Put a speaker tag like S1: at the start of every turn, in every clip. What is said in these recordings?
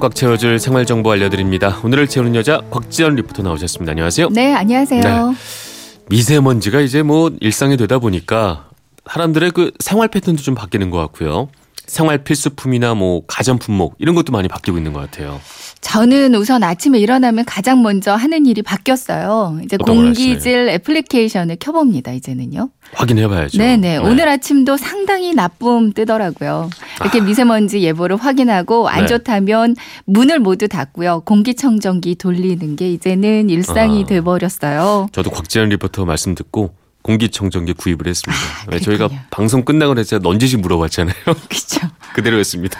S1: 꽉 채워줄 생활 정보 알려드립니다. 오늘을 채우는 여자 곽지연 리포터 나오셨습니다. 안녕하세요.
S2: 네, 안녕하세요.
S1: 미세먼지가 이제 뭐 일상이 되다 보니까 사람들의 그 생활 패턴도 좀 바뀌는 것 같고요. 생활 필수품이나 뭐 가전 품목 이런 것도 많이 바뀌고 있는 것 같아요.
S2: 저는 우선 아침에 일어나면 가장 먼저 하는 일이 바뀌었어요. 이제
S1: 어떤 걸
S2: 공기질 애플리케이션을 켜봅니다, 이제는요.
S1: 확인해봐야죠.
S2: 네네. 오늘 아침도 상당히 나쁨 뜨더라고요. 이렇게 미세먼지 예보를 확인하고 안
S1: 아. 네.
S2: 좋다면 문을 모두 닫고요. 공기청정기 돌리는 게 이제는 일상이
S1: 아.
S2: 돼버렸어요.
S1: 저도 곽지연 리포터 말씀 듣고 공기청정기 구입을 했습니다. 왜 저희가
S2: 아, 그랬군요.
S1: 방송 끝나고 나서 넌지시 물어봤잖아요.
S2: 그죠?
S1: 그대로 했습니다.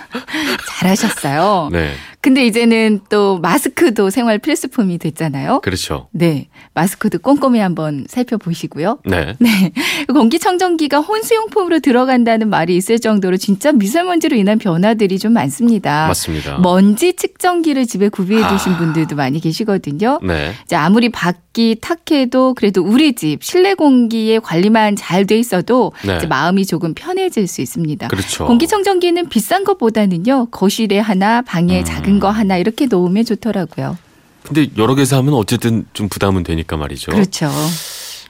S2: 잘하셨어요.
S1: 네,
S2: 근데 이제는 또 마스크도 생활 필수품이 됐잖아요.
S1: 그렇죠.
S2: 네. 마스크도 꼼꼼히 한번 살펴보시고요.
S1: 네.
S2: 네. 공기청정기가 혼수용품으로 들어간다는 말이 있을 정도로 진짜 미세먼지로 인한 변화들이 좀 많습니다.
S1: 맞습니다.
S2: 뭐? 먼지 측정기를 집에 구비해 두신
S1: 아.
S2: 분들도 많이 계시거든요.
S1: 네.
S2: 이제 아무리 밖이 탁해도 그래도 우리 집 실내 공기의 관리만 잘 돼 있어도
S1: 네.
S2: 이제 마음이 조금 편해질 수 있습니다.
S1: 그렇죠.
S2: 공기청정기는 비싼 것보다는요 거실에 하나 방에
S1: 음.
S2: 작은 거 하나 이렇게 놓으면 좋더라고요.
S1: 근데 여러 개서 하면 어쨌든 좀 부담은 되니까 말이죠.
S2: 그렇죠.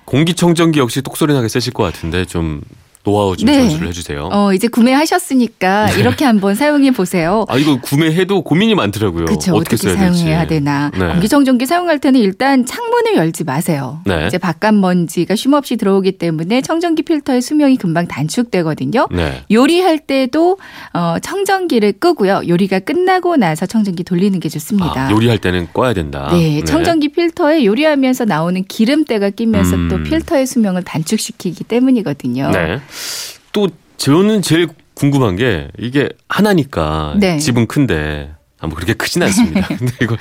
S1: 공기청정기 역시 똑소리 나게 쓰실 것 같은데 좀 노하우 좀
S2: 네.
S1: 전수를 해주세요.
S2: 어 이제 구매하셨으니까
S1: 네.
S2: 이렇게 한번 사용해 보세요.
S1: 아 이거 구매해도 고민이 많더라고요.
S2: 그렇죠. 어떻게, 사용해야 되나
S1: 네.
S2: 공기청정기 사용할 때는 일단 창문을 열지 마세요.
S1: 네.
S2: 이제 바깥 먼지가 쉼없이 들어오기 때문에 청정기 필터의 수명이 금방 단축되거든요.
S1: 네.
S2: 요리할 때도 어, 청정기를 끄고요. 요리가 끝나고 나서 청정기 돌리는 게 좋습니다.
S1: 아, 요리할 아, 때는 꺼야 된다.
S2: 네, 청정기 필터에 요리하면서 나오는 기름때가 끼면서
S1: 음.
S2: 또 필터의 수명을 단축시키기 때문이거든요.
S1: 네. 또 저는 제일 궁금한 게 이게 하나니까
S2: 네.
S1: 집은 큰데 아, 뭐 그렇게 크진 않습니다. 근데 이걸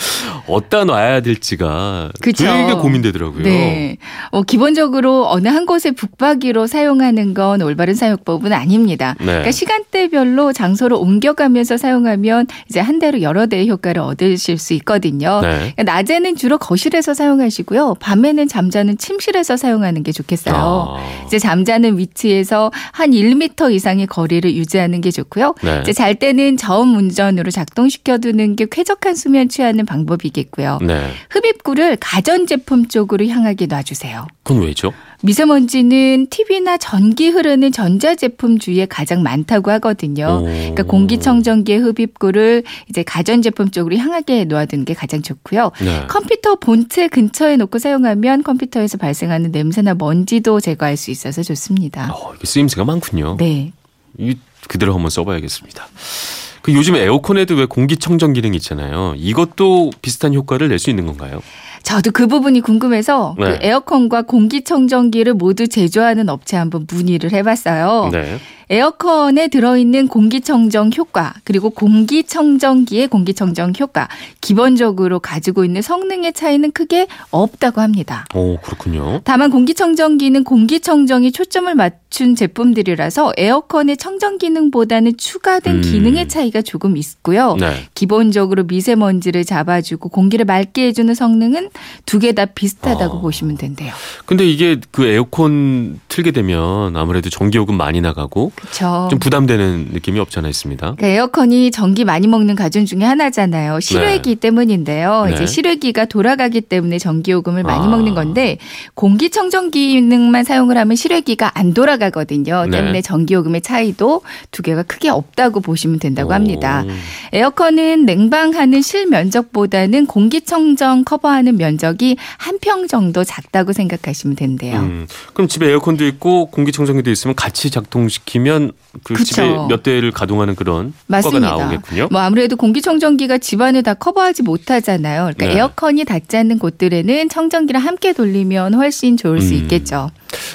S1: 어디다 놔야 될지가
S2: 그쵸.
S1: 되게 고민되더라고요.
S2: 네. 어, 기본적으로 어느 한 곳에 북박이로 사용하는 건 올바른 사용법은 아닙니다.
S1: 네.
S2: 그러니까 시간대별로 장소를 옮겨가면서 사용하면 이제 한 대로 여러 대의 효과를 얻으실 수 있거든요.
S1: 네.
S2: 그러니까 낮에는 주로 거실에서 사용하시고요. 밤에는 잠자는 침실에서 사용하는 게 좋겠어요.
S1: 아,
S2: 이제 잠자는 위치에서 한 1m 이상의 거리를 유지하는 게 좋고요.
S1: 네.
S2: 이제 잘 때는 저음 운전으로 작동시켜두는 게 쾌적한 수면 취하는 방법이겠고요.
S1: 네.
S2: 흡입구를 가전제품 쪽으로 향하게 놔주세요.
S1: 그건 왜죠?
S2: 미세먼지는 TV나 전기 흐르는 전자제품 주위에 가장 많다고 하거든요. 그러니까 공기청정기의 흡입구를 이제 가전제품 쪽으로 향하게 놓아두는 게 가장 좋고요.
S1: 네.
S2: 컴퓨터 본체 근처에 놓고 사용하면 컴퓨터에서 발생하는 냄새나 먼지도 제거할 수 있어서 좋습니다.
S1: 어, 이게 쓰임새가 많군요.
S2: 네.
S1: 이 그대로 한번 써봐야겠습니다. 그 요즘 에어컨에도 왜 공기청정 기능 이 있잖아요. 이것도 비슷한 효과를 낼 수 있는 건가요?
S2: 저도 그 부분이 궁금해서
S1: 네.
S2: 그 에어컨과 공기청정기를 모두 제조하는 업체 한번 문의를 해봤어요.
S1: 네.
S2: 에어컨에 들어있는 공기청정 효과 그리고 공기청정기의 공기청정 효과 기본적으로 가지고 있는 성능의 차이는 크게 없다고 합니다.
S1: 오 그렇군요.
S2: 다만 공기청정기는 공기청정이 초점을 맞춘 제품들이라서 에어컨의 청정 기능보다는 추가된
S1: 음.
S2: 기능의 차이가 조금 있고요.
S1: 네.
S2: 기본적으로 미세먼지를 잡아주고 공기를 맑게 해주는 성능은 두 개 다 비슷하다고
S1: 어.
S2: 보시면 된대요.
S1: 근데 이게 그 에어컨 틀게 되면 아무래도 전기요금 많이 나가고
S2: 그렇죠.
S1: 좀 부담되는 느낌이 없지 않아 있습니다.
S2: 그러니까 에어컨이 전기 많이 먹는 가전 중에 하나잖아요. 실외기 때문인데요.
S1: 네.
S2: 이제 실외기가 돌아가기 때문에 전기 요금을 많이
S1: 아.
S2: 먹는 건데 공기청정 기능만 사용을 하면 실외기가 안 돌아가거든요.
S1: 네.
S2: 때문에 전기 요금의 차이도 두 개가 크게 없다고 보시면 된다고
S1: 오.
S2: 합니다. 에어컨은 냉방하는 실면적보다는 공기청정 커버하는 면적이 한 평 정도 작다고 생각하시면 된대요.
S1: 음, 그럼 집에 에어컨도 있고 공기청정기도 있으면 같이 작동시키면 그
S2: 그쵸.
S1: 집에 몇 대를 가동하는 그런
S2: 맞습니다.
S1: 효과가 나오겠군요.
S2: 뭐 아무래도 공기청정기가 집안을 다 커버하지 못하잖아요. 그러니까
S1: 네.
S2: 에어컨이 닿지 않는 곳들에는 청정기를 함께 돌리면 훨씬 좋을 수
S1: 음.
S2: 있겠죠.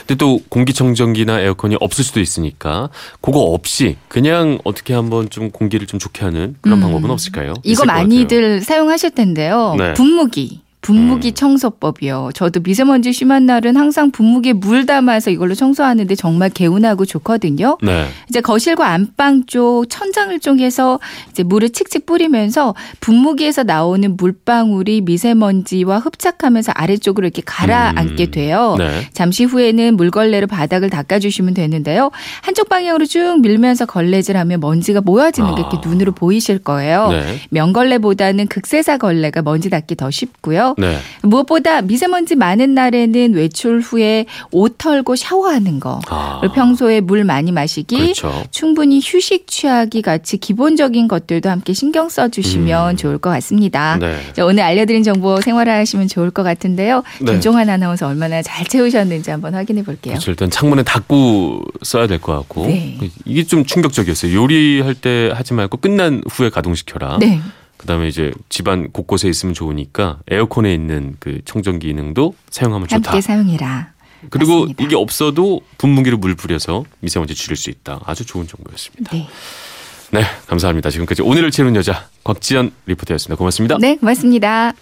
S1: 근데 또 공기청정기나 에어컨이 없을 수도 있으니까 그거 없이 그냥 어떻게 한번 좀 공기를 좀 좋게 하는 그런
S2: 음.
S1: 방법은 없을까요?
S2: 이거
S1: 있을 것
S2: 많이들 사용하실 텐데요.
S1: 네.
S2: 분무기. 분무기 청소법이요. 저도 미세먼지 심한 날은 항상 분무기에 물 담아서 이걸로 청소하는데 정말 개운하고 좋거든요.
S1: 네.
S2: 이제 거실과 안방 쪽 천장을 쪽에서 이제 물을 칙칙 뿌리면서 분무기에서 나오는 물방울이 미세먼지와 흡착하면서 아래쪽으로 이렇게 가라앉게
S1: 음.
S2: 돼요.
S1: 네.
S2: 잠시 후에는 물걸레로 바닥을 닦아주시면 되는데요. 한쪽 방향으로 쭉 밀면서 걸레질하면 먼지가 모여지는 게 이렇게
S1: 아.
S2: 눈으로 보이실 거예요.
S1: 네.
S2: 명걸레보다는 극세사 걸레가 먼지 닦기 더 쉽고요.
S1: 네.
S2: 무엇보다 미세먼지 많은 날에는 외출 후에 옷 털고 샤워하는 거.
S1: 아.
S2: 그리고 평소에 물 많이 마시기,
S1: 그렇죠.
S2: 충분히 휴식 취하기 같이 기본적인 것들도 함께 신경 써주시면
S1: 음.
S2: 좋을 것 같습니다.
S1: 네.
S2: 자, 오늘 알려드린 정보 생활하시면 좋을 것 같은데요.
S1: 네.
S2: 김종환 아나운서 얼마나 잘 채우셨는지 한번 확인해 볼게요.
S1: 그렇죠. 일단 창문에 닫고 써야 될 것 같고
S2: 네.
S1: 이게 좀 충격적이었어요. 요리할 때 하지 말고 끝난 후에 가동시켜라.
S2: 네.
S1: 그다음에 이제 집안 곳곳에 있으면 좋으니까 에어컨에 있는 그 청정기 기능도 사용하면 좋다.
S2: 함께 사용해라.
S1: 그리고
S2: 맞습니다.
S1: 이게 없어도 분무기로 물 뿌려서 미세먼지 줄일 수 있다. 아주 좋은 정보였습니다.
S2: 네.
S1: 네, 감사합니다. 지금까지 오늘을 채우는 여자 곽지연 리포터였습니다. 고맙습니다.
S2: 네, 고맙습니다.